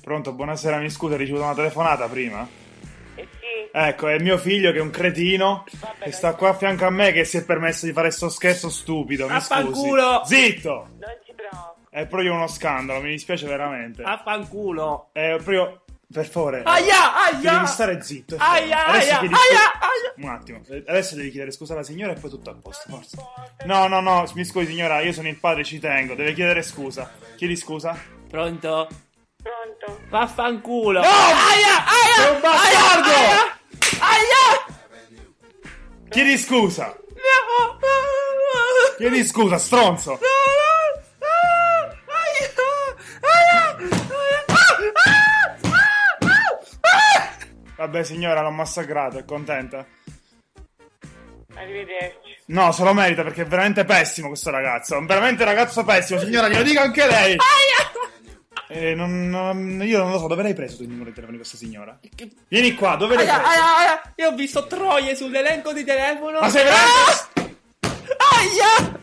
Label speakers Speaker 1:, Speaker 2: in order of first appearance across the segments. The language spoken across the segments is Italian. Speaker 1: Pronto, buonasera, mi scusa, hai ricevuto una telefonata prima?
Speaker 2: Eh sì,
Speaker 1: Ecco, è mio figlio che è un cretino
Speaker 2: Vabbè,
Speaker 1: che
Speaker 2: dai.
Speaker 1: sta qua a fianco a me che si è permesso di fare sto scherzo stupido, mi scusi.
Speaker 3: Affanculo!
Speaker 1: Zitto!
Speaker 2: non si preoccupa.
Speaker 1: È proprio uno scandalo, mi dispiace veramente.
Speaker 3: Affanculo.
Speaker 1: È proprio... Per favore...
Speaker 3: Aia, aia.
Speaker 1: Devi stare zitto.
Speaker 3: Aia,
Speaker 1: Adesso
Speaker 3: aia,
Speaker 1: chiedi-
Speaker 3: aia, aia.
Speaker 1: Un attimo, adesso devi chiedere scusa alla signora e poi tutto a posto, forza.
Speaker 2: importa.
Speaker 1: No, no, no, mi scusi signora, io sono il padre, ci tengo, deve chiedere scusa. Chiedi scusa?
Speaker 3: Pronto?
Speaker 2: Pronto?
Speaker 3: Vaffanculo.
Speaker 1: No!
Speaker 3: Aia, aia.
Speaker 1: Sei un bastardo!
Speaker 3: Aia, aia.
Speaker 1: Chiedi scusa!
Speaker 3: No.
Speaker 1: Chiedi scusa, stronzo!
Speaker 3: No, no, no. Aia, aia, aia. Ah, ah, ah, ah.
Speaker 1: Vabbè signora, l'ho massacrato, è contenta?
Speaker 2: Arrivederci.
Speaker 1: No, se lo merita perché è veramente pessimo questo ragazzo. È un veramente ragazzo pessimo, signora, glielo dica anche lei. Eh, non, non- io non lo so, dove l'hai preso tu il numero di telefono di questa signora?
Speaker 3: Che-
Speaker 1: Vieni qua, dove l'hai
Speaker 3: Aia,
Speaker 1: preso?
Speaker 3: aia, aia. Io ho visto troie sull'elenco di telefono.
Speaker 1: Ma sei veramente-
Speaker 3: Ah! Aia.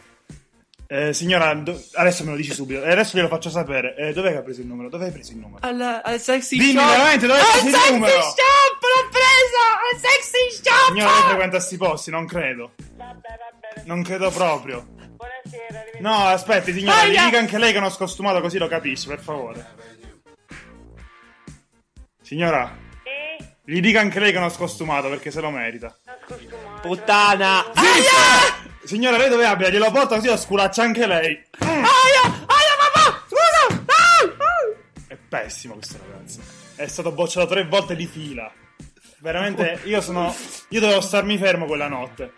Speaker 1: Eh, signora, do- adesso me lo dici subito. E adesso glielo faccio sapere. Eh, dov'è che ha preso il numero? Dove hai preso il numero?
Speaker 3: Al, al sexy
Speaker 1: Dimmi
Speaker 3: shop.
Speaker 1: veramente dove
Speaker 3: al
Speaker 1: c'è il
Speaker 3: sexy
Speaker 1: numero?
Speaker 3: shop l'ho preso al sexy shop
Speaker 1: Signora, lei frequenta sti posti, non credo.
Speaker 2: Vabbè, va bene.
Speaker 1: Non credo proprio.
Speaker 2: Buonasera, arrivederci.
Speaker 1: No, aspetti, signora, gli
Speaker 3: Aia!
Speaker 1: dica anche lei che non scostumato così lo capisce, per favore. Signora,
Speaker 2: Sì,
Speaker 1: gli dica anche lei che non scostumato perché se lo merita.
Speaker 2: sono scostumato.
Speaker 3: puttana
Speaker 1: Ah!
Speaker 3: aia
Speaker 1: Signora, lei dove abita? Glielo porto così lo sculaccia anche lei.
Speaker 3: aia aia papà scusa Ah! Ah!
Speaker 1: È pessimo questo ragazzo. È stato bocciato tre volte di fila. Veramente, io sono. Io dovevo starmi fermo quella notte.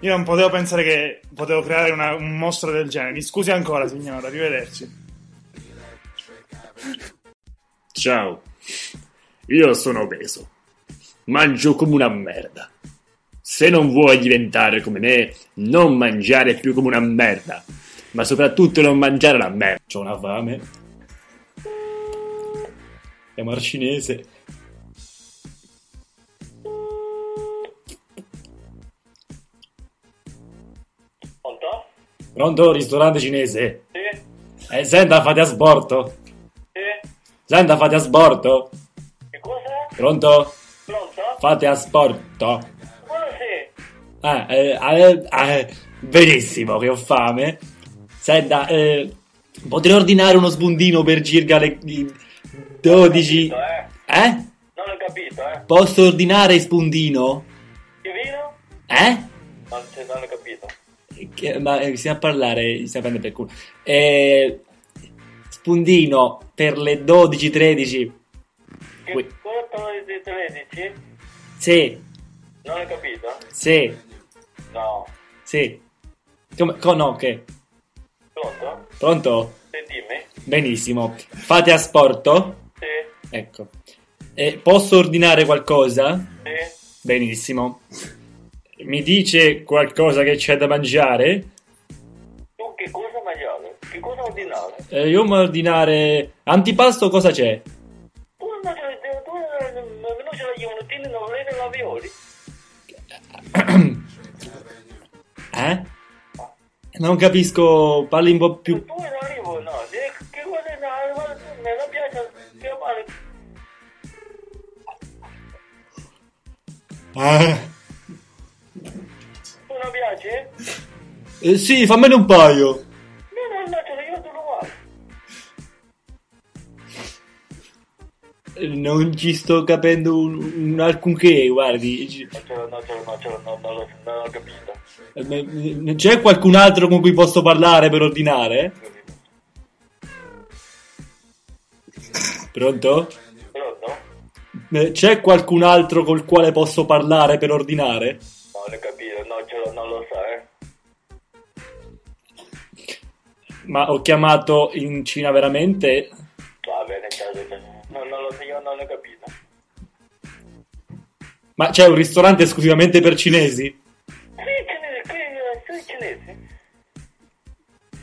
Speaker 1: Io non potevo pensare che potevo creare una- un mostro del genere. Mi scusi ancora, signora, arrivederci.
Speaker 4: Ciao, io sono obeso. Mangio come una merda. Se non vuoi diventare come me, non mangiare più come una merda. Ma soprattutto non mangiare la merda. C'ho una fame. È marcinese.
Speaker 2: Pronto?
Speaker 4: Pronto, ristorante cinese?
Speaker 2: Sì,
Speaker 4: Eh, senta, fate a sborto.
Speaker 2: sì.
Speaker 4: Senta, fate a sborto.
Speaker 2: Che cosa?
Speaker 4: Pronto?
Speaker 2: Pronto?
Speaker 4: Fate a sporto.
Speaker 2: Buonasera.
Speaker 4: Ah, eh, eh, eh, benissimo che ho fame. Senta, eh, potrei ordinare uno sbundino per circa le i 12.
Speaker 2: Non ho capito, eh.
Speaker 4: Eh?
Speaker 2: Non ho capito, eh.
Speaker 4: Posso ordinare spundino?
Speaker 2: Che vino?
Speaker 4: Eh?
Speaker 2: Non, cioè, non ho capito.
Speaker 4: Che- ma eh, stiamo a parlare, stiamo a prendere per culo. Eh, spundino per le 12-13.
Speaker 2: Che
Speaker 4: Ui.
Speaker 2: cosa te lo- te lo dici?
Speaker 4: Sì,
Speaker 2: Non ho capito.
Speaker 4: sì,
Speaker 2: No.
Speaker 4: sì. Come, co- no, che?
Speaker 2: Pronto?
Speaker 4: Pronto?
Speaker 2: Sì, dimmi.
Speaker 4: Benissimo. Fate a sporto.
Speaker 2: Sì,
Speaker 4: Ecco. Eh, posso ordinare qualcosa?
Speaker 2: sì.
Speaker 4: Benissimo. Mi dice qualcosa che c'è da mangiare?
Speaker 2: Tu che cosa mangiavi? Che cosa ordinavi?
Speaker 4: Eh, io mi ordinare antipasto cosa c'è?
Speaker 2: Tu non ce l'hai, tu non non ce l'hai, un utile non volete ravioli.
Speaker 4: Eh? Non capisco, parli un po' più.
Speaker 2: Tu non arrivo, no. Che che cosa è no, guarda, tu, me non piace, che male. Tu non piace?
Speaker 4: Eh, sì, fammene un paio.
Speaker 2: No, no, no, ce l'ho io, tu lo guardi.
Speaker 4: Eh, Non ci sto capendo un, un alcunché, guardi. Ci-
Speaker 2: Non ce l'ho, no, ce l'ho, no, ce l'ho, no, non l'ho, non l'ho capito.
Speaker 4: eh, eh, C'è qualcun altro con cui posso parlare per ordinare? Pronto?
Speaker 2: Pronto?
Speaker 4: Eh, C'è qualcun altro col quale posso parlare per ordinare?
Speaker 2: Non l'ho capito, no, ce l'ho, non lo so, eh.
Speaker 4: Ma ho chiamato in Cina veramente?
Speaker 2: Va bene, ciao, ciao. No, non lo so, io non l'ho capito.
Speaker 4: Ma c'è un ristorante esclusivamente per cinesi?
Speaker 2: Sei cinese, qui, sei cinese.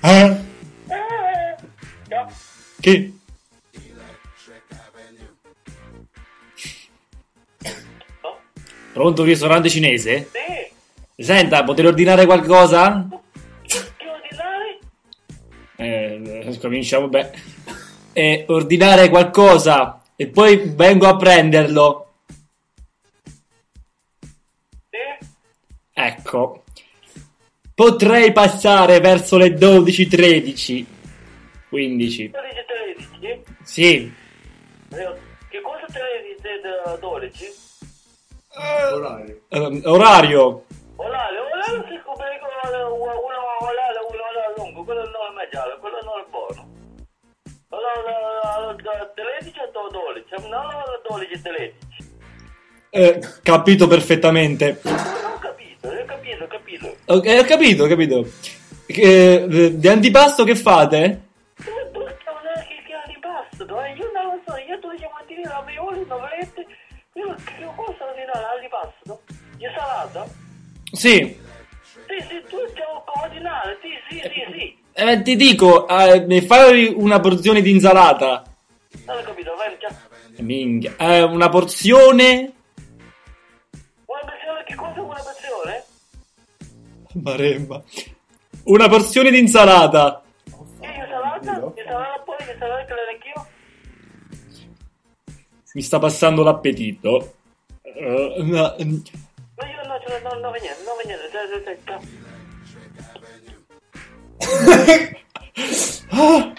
Speaker 4: Eh?
Speaker 2: Ah, no.
Speaker 4: Che?
Speaker 2: No?
Speaker 4: Pronto un ristorante cinese?
Speaker 2: Sì,
Speaker 4: Senta, potrei ordinare qualcosa?
Speaker 2: che ordinare?
Speaker 4: Eh, cominciamo bene. e ordinare qualcosa e poi vengo a prenderlo.
Speaker 2: Sì?
Speaker 4: Ecco. Potrei passare verso le 12.13. 15.
Speaker 2: 12, 13?
Speaker 4: Sì.
Speaker 2: Eh, Che cosa 13 da 12?
Speaker 5: Orario.
Speaker 4: Ehm, orario.
Speaker 2: Olale, olale si scopre che uno olale, uno olale lungo, quello non è mai giallo, quello non è buono. Allora, da 13 a 12, non da 12 a 13.
Speaker 4: Eh, capito perfettamente.
Speaker 2: Non ho capito, io ho capito, ho capito.
Speaker 4: Ok, ho capito, ho capito. Che- eh, di antipasto che fate?
Speaker 2: Come basta una che che ribasso, dai, io non lo so, io dovevo mantenere la maioli, non volete, io che cosa ordinare al ribasso? Io salata?
Speaker 4: Sì.
Speaker 2: Sì, sì, tu stiamo coordinare, sì, sì, sì, sì.
Speaker 4: Eh, ti dico, eh, mi fai una porzione di insalata.
Speaker 2: Non ho capito, vai, già.
Speaker 4: Minchia. Eh, una porzione.
Speaker 2: Una pensione, che cosa è una pensione?
Speaker 4: Maremma. Una porzione di insalata.
Speaker 2: E io salata? Io salata poi, io salata che la anch'io?
Speaker 4: Mi sta passando l'appetito. Eh, no, mm.
Speaker 2: No, io no, cioè, no, no, niente, no, niente, cioè, cioè, cioè, cioè.
Speaker 4: Ah,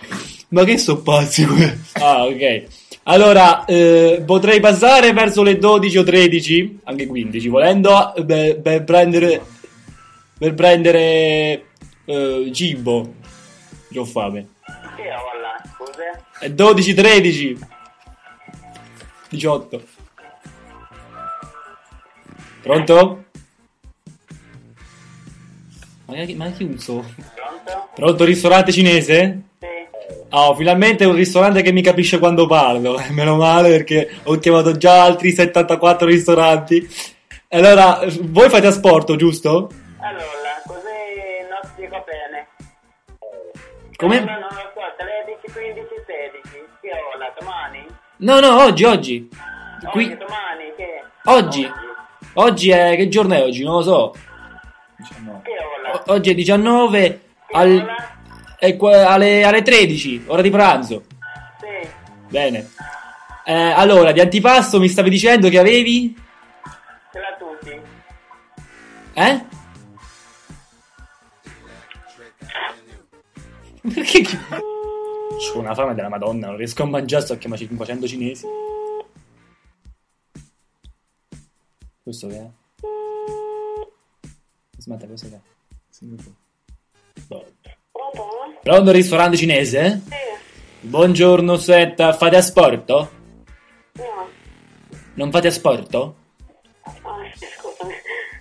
Speaker 4: ma che sono pazzi questi? Ah, ok. Allora, eh, potrei passare verso le 12 o 13, anche 15 volendo, eh, beh, per prendere... Per prendere... eh, cibo. Io ho fame.
Speaker 2: Che olla, scusa?
Speaker 4: È 12, 13. 18. Pronto? Ma che, ma che uso?
Speaker 2: Pronto?
Speaker 4: Pronto ristorante cinese?
Speaker 2: Sì.
Speaker 4: Oh, finalmente un ristorante che mi capisce quando parlo. Eh, Meno male perché ho chiamato già altri 74 ristoranti. Allora, voi fate asporto, giusto?
Speaker 2: Allora, così non spiego bene.
Speaker 4: Come?
Speaker 2: non lo so, 13, 15, 16. Che olla, domani?
Speaker 4: No, no, oggi, oggi. Qui,
Speaker 2: domani, che?
Speaker 4: oggi. Oggi è... che giorno è oggi? Non lo so.
Speaker 2: Che olla?
Speaker 4: O- oggi è 19 al- è qua- alle, alle 13, ora di pranzo.
Speaker 2: Sì.
Speaker 4: Bene. Eh, allora, di antipasto mi stavi dicendo che avevi?
Speaker 2: Ce l'ha tutti.
Speaker 4: Eh? Perché chi- C'ho una fame della madonna, non riesco a mangiare, sto chiamando 500 cinesi. Questo che è? Smatta, questo che è? Boh.
Speaker 2: Pronto?
Speaker 4: Pronto al ristorante cinese? eh?
Speaker 2: Sì.
Speaker 4: Buongiorno Setta, fate asporto?
Speaker 2: No.
Speaker 4: Non fate asporto?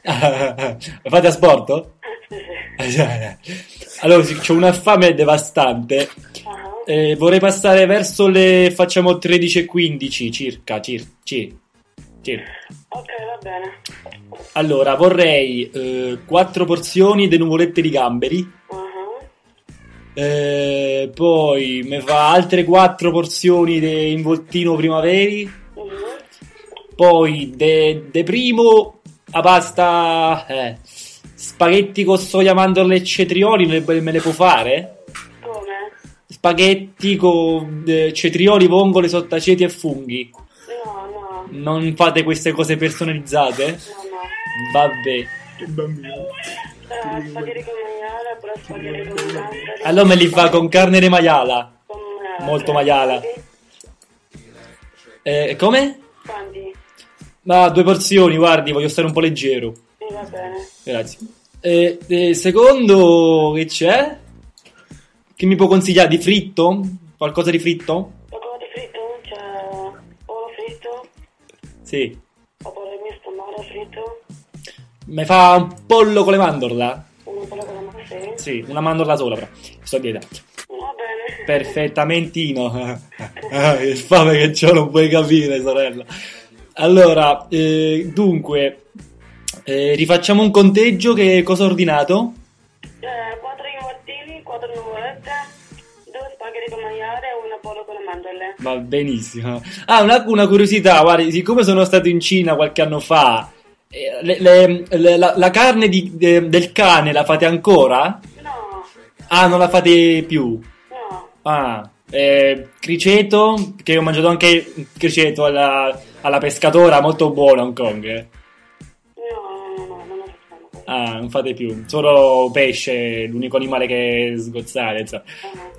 Speaker 2: Ah, sì, scusami.
Speaker 4: fate asporto? allora, sì, c'ho una fame devastante.
Speaker 2: Ah,
Speaker 4: Eh, vorrei passare verso le facciamo 13.15 circa, cir- cir- circa.
Speaker 2: ok, va bene.
Speaker 4: Allora, vorrei eh, quattro porzioni di nuvolette di gamberi.
Speaker 2: Ah,
Speaker 4: eh, poi mi fa altre quattro porzioni di involtino primaveri.
Speaker 2: mhm.
Speaker 4: Poi de, de primo a pasta eh, spaghetti con soia, mandorle e cetrioli me le, me le può fare?
Speaker 2: Come?
Speaker 4: Spaghetti con eh, cetrioli, vongole, sottaceti e funghi.
Speaker 2: No, no,
Speaker 4: Non fate queste cose personalizzate?
Speaker 2: no, no.
Speaker 4: Vabbè.
Speaker 2: Eh, spaghetti con maiala, però spaghetti con gamberi.
Speaker 4: Mm. Allora me li fa con carne di maiala.
Speaker 2: Con maiala.
Speaker 4: Molto maiala. Eh, come?
Speaker 2: Quanti?
Speaker 4: Ma due porzioni, guardi, voglio stare un po' leggero.
Speaker 2: Sì, va bene.
Speaker 4: Grazie. Eh, eh, secondo che c'è? Che mi può consigliare? Di fritto? Qualcosa di fritto?
Speaker 2: Qualcosa di fritto? C'è oro fritto?
Speaker 4: Sì.
Speaker 2: Oppure misto mare fritto?
Speaker 4: Mi fa un pollo con le mandorla?
Speaker 2: Uno quello con la massa? Sì.
Speaker 4: Sì, una mandorla sola però. Sto a dieta.
Speaker 2: Va bene.
Speaker 4: Perfettamentino. Ah, che fame che c'ho, non puoi capire, sorella. Allora, eh, dunque, eh, rifacciamo un conteggio che cosa ho ordinato?
Speaker 2: Eh, quattro involtini, quattro nuvolette, due spaghetti con maiale e una pollo con le mandorle.
Speaker 4: Va benissimo. Ah, una, una curiosità, guarda, siccome sono stato in Cina qualche anno fa, eh, le- le- le- la, la carne di- de- del cane la fate ancora?
Speaker 2: No,
Speaker 4: Ah, non la fate più.
Speaker 2: no.
Speaker 4: Ah, eh, criceto, che ho mangiato anche il criceto alla, alla pescatora, molto buono a Hong Kong. eh.
Speaker 6: No, no, no, non lo facciamo. quello.
Speaker 4: Ah, non fate più, solo pesce, l'unico animale che sgozzare, insomma.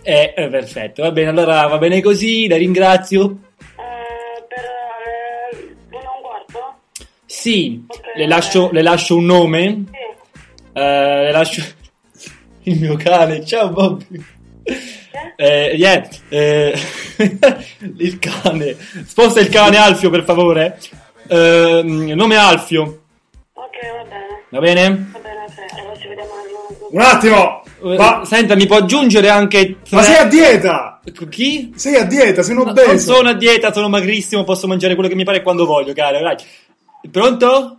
Speaker 4: Eh, eh, perfetto, va bene, allora va bene così, la ringrazio.
Speaker 6: Eh, per eh, l'una e un quarto?
Speaker 4: Sì,
Speaker 6: Ok,
Speaker 4: le
Speaker 6: va
Speaker 4: lascio,
Speaker 6: bene.
Speaker 4: le lascio un nome,
Speaker 6: Sì.
Speaker 4: eh, le lascio il mio cane, ciao Bobby.
Speaker 6: Che?
Speaker 4: Eh, yeah, eh, il cane, sposta il cane Alfio per favore. Eh, nome Alfio,
Speaker 6: Ok, va bene.
Speaker 4: va bene?
Speaker 6: Va bene, sì. Allora ci vediamo alla
Speaker 1: Un attimo!
Speaker 4: Eh,
Speaker 1: Ma,
Speaker 4: Senta, mi può aggiungere anche tre...
Speaker 1: ma sei a dieta!
Speaker 4: Chi?
Speaker 1: Sei a dieta, sei un
Speaker 4: No, non
Speaker 1: obeso!
Speaker 4: sono a dieta, sono magrissimo, posso mangiare quello che mi pare quando voglio, cara. Dai. Pronto?
Speaker 6: Pronto?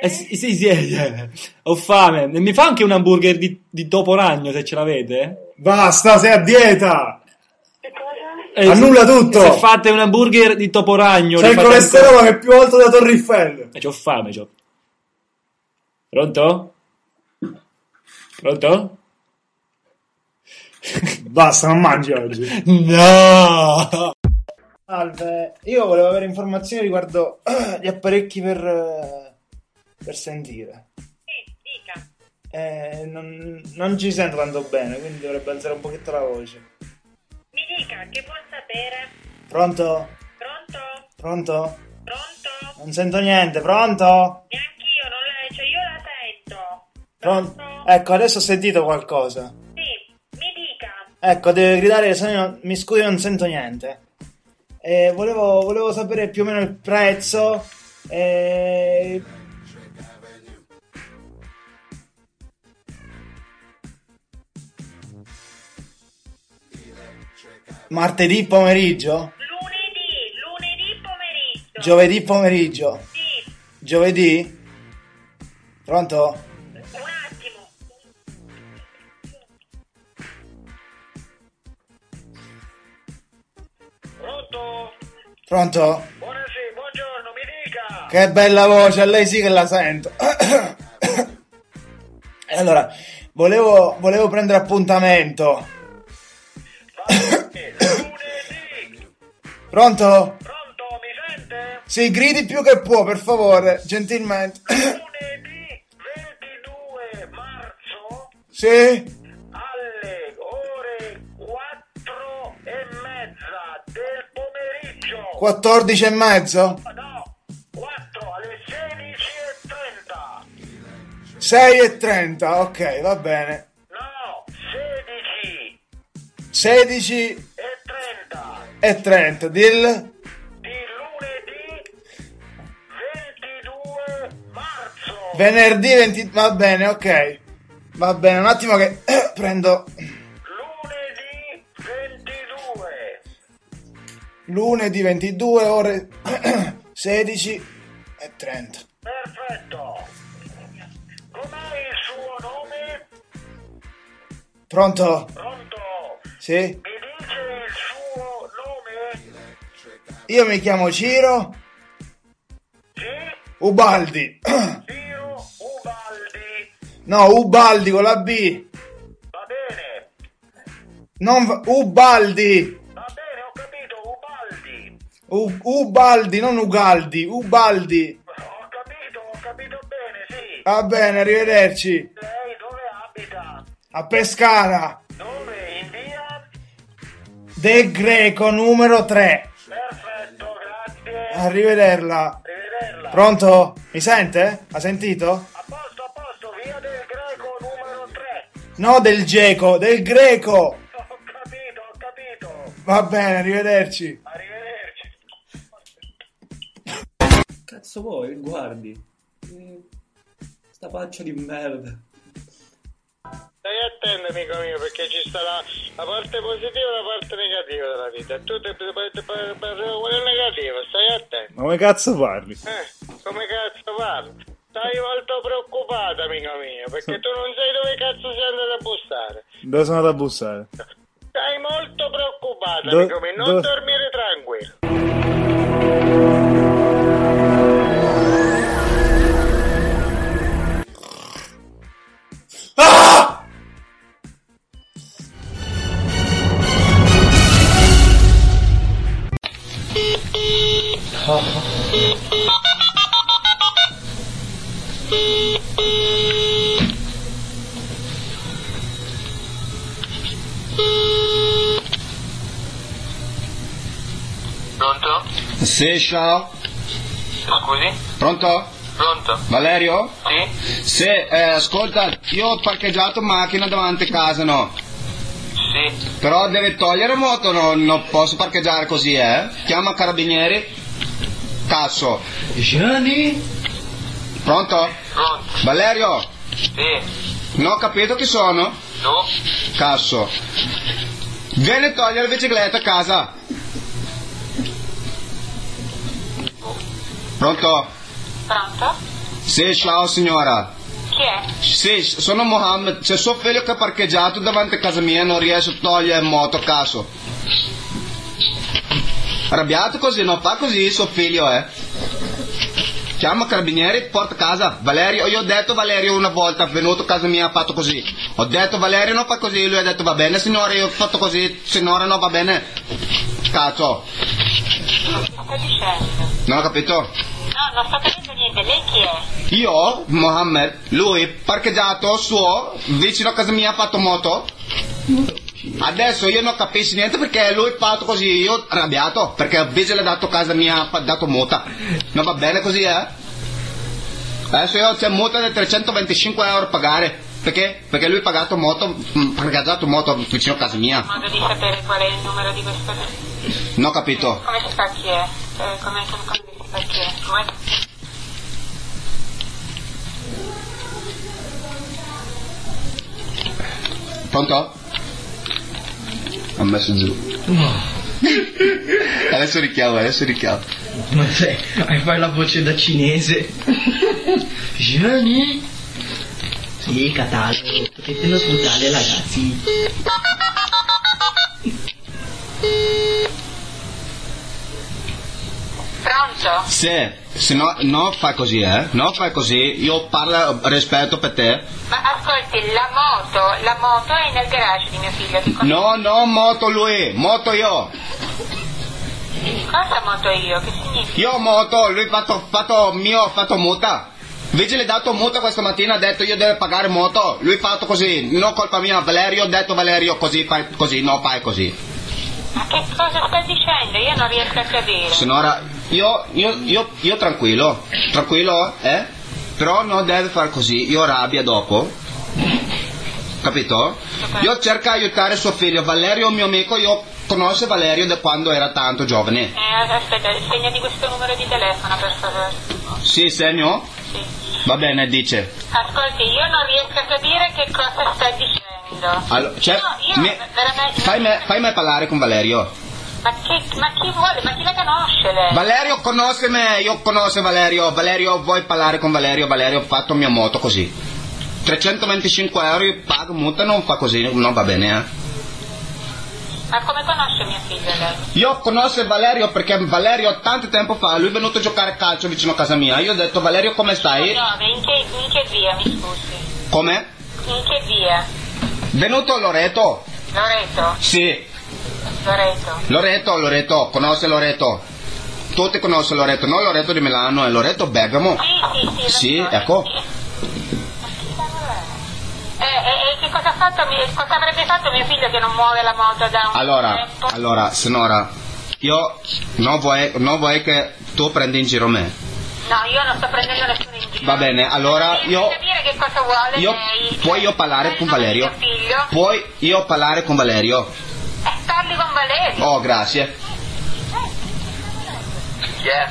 Speaker 4: Eh, sì, sì, sì, eh, ho fame. Mi fa anche un hamburger di, di topo ragno se ce l'avete?
Speaker 1: Basta, sei a dieta!
Speaker 6: Che cosa?
Speaker 4: Eh,
Speaker 1: Annulla
Speaker 4: se-
Speaker 1: tutto!
Speaker 4: Se fate un hamburger di topo ragno,
Speaker 1: C'è
Speaker 4: li
Speaker 1: il
Speaker 4: fate
Speaker 1: colesterolo che è più alto della Torre Eiffel!
Speaker 4: Eh, c'ho fame, c'ho. Pronto? Pronto?
Speaker 1: Basta, non mangi oggi.
Speaker 4: No!
Speaker 1: Salve, io volevo avere informazioni riguardo gli apparecchi per, eh, per sentire.
Speaker 6: Sì, dica.
Speaker 1: Eh, non, non ci sento tanto bene, quindi dovrebbe alzare un pochetto la voce.
Speaker 6: Mi dica, che vuol sapere?
Speaker 1: Pronto?
Speaker 6: Pronto?
Speaker 1: Pronto?
Speaker 6: Pronto?
Speaker 1: Non sento niente, pronto?
Speaker 6: Neanch'io, non la... cioè io la sento.
Speaker 1: Pronto? Ecco, adesso ho sentito qualcosa.
Speaker 6: Sì, mi dica.
Speaker 1: Ecco, deve gridare, se no mi scusi, non sento niente. Eh, volevo, volevo sapere più o meno il prezzo. eh, Martedì pomeriggio?
Speaker 6: Lunedì, lunedì pomeriggio.
Speaker 1: Giovedì pomeriggio?
Speaker 6: sì,
Speaker 1: Giovedì? Pronto?
Speaker 6: un attimo.
Speaker 2: Pronto?
Speaker 1: Pronto?
Speaker 2: Buonasera, buongiorno, mi dica!
Speaker 1: Che bella voce, a lei sì che la sento. E allora, volevo, volevo prendere appuntamento.
Speaker 2: Va bene, Lunedì!
Speaker 1: Pronto?
Speaker 2: Pronto, mi sente?
Speaker 1: Sì, gridi più che può, per favore, gentilmente.
Speaker 2: Lunedì 22 marzo
Speaker 1: Sì?
Speaker 2: alle ore 4 e mezza del pomeriggio.
Speaker 1: 14 e mezzo?
Speaker 2: No, 4 alle 16 e 30.
Speaker 1: 6 e 30, ok, va bene.
Speaker 2: No, 16
Speaker 1: 16
Speaker 2: e 30
Speaker 1: e 30, del...
Speaker 2: di lunedì 22 marzo.
Speaker 1: Venerdì 20... Va bene, ok. Va bene, un attimo che prendo...
Speaker 2: Lunedì 22.
Speaker 1: Lunedì 22 ore 16 e 30.
Speaker 2: Perfetto. Com'è il suo nome?
Speaker 1: Pronto?
Speaker 2: Pronto?
Speaker 1: Sì?
Speaker 2: Mi dice il suo nome?
Speaker 1: Io mi chiamo Ciro
Speaker 2: Sì?
Speaker 1: Ubaldi.
Speaker 2: Ciro Ubaldi.
Speaker 1: No, Ubaldi con la B.
Speaker 2: Va bene.
Speaker 1: Non v- Ubaldi.
Speaker 2: Va bene, ho capito, Ubaldi.
Speaker 1: U- Ubaldi, non Ugaldi. Ubaldi.
Speaker 2: Ho capito, ho capito bene, sì.
Speaker 1: Va bene, arrivederci.
Speaker 2: Lei dove abita?
Speaker 1: A Pescara.
Speaker 2: Dove? In via?
Speaker 1: Del Greco numero 3.
Speaker 2: Perfetto, grazie.
Speaker 1: Arrivederla.
Speaker 2: Arrivederla.
Speaker 1: Pronto? Mi sente? Ha sentito?
Speaker 2: A posto, a posto, via del greco numero 3.
Speaker 1: No, del Geco, del Greco.
Speaker 2: Ho capito, ho capito.
Speaker 1: Va bene, arrivederci.
Speaker 2: Arrivederci.
Speaker 4: Cazzo vuoi? Guardi. Eh, Sta faccia di merda.
Speaker 2: Stai attento, amico mio, perché ci sta la, la parte positiva e la parte negativa della vita. E Tu ti parli quella negativa, stai attento.
Speaker 1: Ma come cazzo parli?
Speaker 2: Eh, come cazzo parli? Stai molto preoccupata, amico mio, perché tu non sai dove cazzo sei andato a bussare.
Speaker 1: Dove sono andato a bussare?
Speaker 2: Stai molto preoccupata,
Speaker 1: Do-
Speaker 2: amico mio, non
Speaker 1: do-
Speaker 2: dormire tranquillo.
Speaker 1: Ah!
Speaker 7: Pronto?
Speaker 8: Sì, ciao.
Speaker 7: Scusi?
Speaker 8: Pronto?
Speaker 7: Pronto?
Speaker 8: Valerio?
Speaker 7: Sì?
Speaker 8: Sì, eh, ascolta, io ho parcheggiato macchina davanti a casa, no?
Speaker 7: Sì.
Speaker 8: Però deve togliere moto, no? Non posso parcheggiare così, eh? Chiama carabinieri. Cazzo. Gianni? Pronto?
Speaker 7: Pronto?
Speaker 8: Valerio?
Speaker 7: Sì.
Speaker 8: Non ho capito chi sono.
Speaker 7: Tu?
Speaker 8: Cazzo. Vieni a togliere la bicicletta a casa. Pronto?
Speaker 7: Pronto?
Speaker 8: Sì, ciao signora.
Speaker 7: Chi è?
Speaker 8: Sì, sono Mohammed. C'è suo figlio che ha parcheggiato davanti a casa mia e non riesce a togliere moto, cazzo. Arrabbiato così, non fa così suo figlio, eh. Chiama carabinieri, porta a casa. Valerio, io ho detto a Valerio una volta, è venuto a casa mia, ha fatto così. Ho detto Valerio non fa così, lui ha detto va bene signora, io ho fatto così, signora no va bene. Cazzo,
Speaker 7: Sta dicendo?
Speaker 8: non ho capito?
Speaker 7: No, non sto capendo niente. Lei chi è?
Speaker 8: Io, Mohammed, lui parcheggiato suo vicino a casa mia ha fatto moto. Adesso io non capisco niente perché lui ha fatto così, io arrabbiato, perché il vigile ha dato casa mia, ha fa- dato muta. Non va bene così, eh? Adesso io c'è muta di 325 euro a pagare. Perché? Perché lui ha pagato moto, mm, parcheggiato moto vicino a casa mia.
Speaker 7: Modo di sapere qual è il numero di questo.
Speaker 8: Non ho capito.
Speaker 7: Come si sa chi è? Eh, come, come, come si sa chi è? Come?
Speaker 8: Pronto? Ha messo giù. adesso richiamo, adesso richiamo.
Speaker 9: Ma sei, hai fai la voce da cinese. Gianni? Sì, catalogo, potete non sfruttare ragazzi.
Speaker 7: Pronto?
Speaker 8: Se, se no, no fai così, eh? No fai così, io parlo rispetto per te.
Speaker 7: Ma ascolti, la moto, la moto è nel garage di mio figlio. Che cosa,
Speaker 8: No, no, moto lui, moto io.
Speaker 7: cosa moto io? Che significa?
Speaker 8: Io moto, lui fatto, fatto mio, fatto muta. Vigile dato muta questa mattina, ha detto io devo pagare moto. Lui fatto così, non colpa mia, Valerio, ho detto Valerio così, fai così, no fai così.
Speaker 7: Ma che cosa sta dicendo? Io non riesco a capire.
Speaker 8: Signora, io, io, io, io tranquillo, tranquillo, eh? Però non deve far così, io rabbia dopo. Capito? Io cerco di aiutare suo figlio, Valerio è un mio amico, io conosco Valerio da quando era tanto giovane.
Speaker 7: Eh, aspetta, segnati questo numero di telefono per favore.
Speaker 8: Sì, segno? Va bene, dice.
Speaker 7: Ascolti, io non riesco a capire che cosa sta dicendo.
Speaker 8: Allora, cioè,
Speaker 7: no, io
Speaker 8: mi-
Speaker 7: veramente...
Speaker 8: Fai me, fai me parlare con Valerio.
Speaker 7: Ma, che, ma chi vuole? Ma chi la conosce lei?
Speaker 8: Valerio conosce me, io conosco Valerio. Valerio, vuoi parlare con Valerio? Valerio ha fatto mia moto così. 325 euro, io pago multa, non fa così, non va bene, eh.
Speaker 7: Ma come conosce mio figlio lei?
Speaker 8: Io conosco Valerio perché Valerio tanto tempo fa lui è venuto a giocare a calcio vicino a casa mia. Io ho detto Valerio come stai?
Speaker 7: Giove, in che, in che via, mi scusi?
Speaker 8: Come?
Speaker 7: In che via?
Speaker 8: Venuto a Loreto?
Speaker 7: Loreto?
Speaker 8: Sì,
Speaker 7: Loreto?
Speaker 8: Loreto, Loreto, conosce Loreto. Tutti conoscono Loreto, non Loreto di Milano, è Loreto Bergamo.
Speaker 7: Sì, sì, sì. lo
Speaker 8: Sì,
Speaker 7: so.
Speaker 8: ecco.
Speaker 7: Eh, e, e che cosa, ha fatto, mi- cosa avrebbe fatto mio figlio che non muove la moto da un
Speaker 8: Allora,
Speaker 7: tempo?
Speaker 8: allora, signora, io non vuoi, non vuoi che tu prendi in giro me.
Speaker 7: No, io non sto prendendo nessuno in giro.
Speaker 8: Va bene, allora io,
Speaker 7: Devi capire che cosa vuole
Speaker 8: io
Speaker 7: lei.
Speaker 8: puoi io parlare con Valerio?
Speaker 7: Mio figlio.
Speaker 8: Puoi io parlare con Valerio?
Speaker 7: Eh, parli con Valerio.
Speaker 8: Oh, grazie.
Speaker 7: Chi è?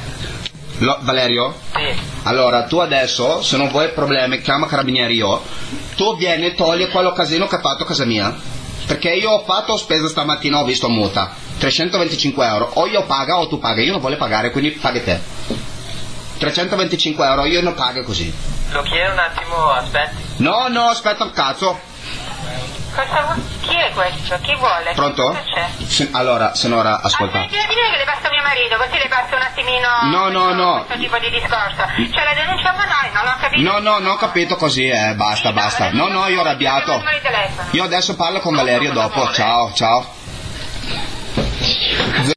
Speaker 8: Lo- Valerio?
Speaker 7: Sì.
Speaker 8: Allora, tu adesso, se non vuoi problemi, chiama carabinieri io. Tu vieni e togli quello casino che ha fatto a casa mia. Perché io ho fatto spesa stamattina, ho visto muta. 325 euro. O io paga o tu paga. Io non voglio pagare, quindi paghi te. 325 euro, io non pago così.
Speaker 7: Lo chiedo un attimo, aspetti.
Speaker 8: No, no, aspetta un cazzo.
Speaker 7: Cosa vuol- Chi è questo? Chi vuole?
Speaker 8: Pronto?
Speaker 7: Cosa c'è?
Speaker 8: Se- allora, signora, ascolta.
Speaker 7: Aspetti, dimmi che le passo a mio marito, così le passo un attimino
Speaker 8: No, no, no.
Speaker 7: questo tipo di discorso. Cioè la denunciamo noi, non l'ho capito.
Speaker 8: No, no, non ho capito così, eh, basta, basta. No, no, io ho arrabbiato.
Speaker 7: Numero di telefono.
Speaker 8: Io adesso parlo con Valerio dopo. Ciao, ciao.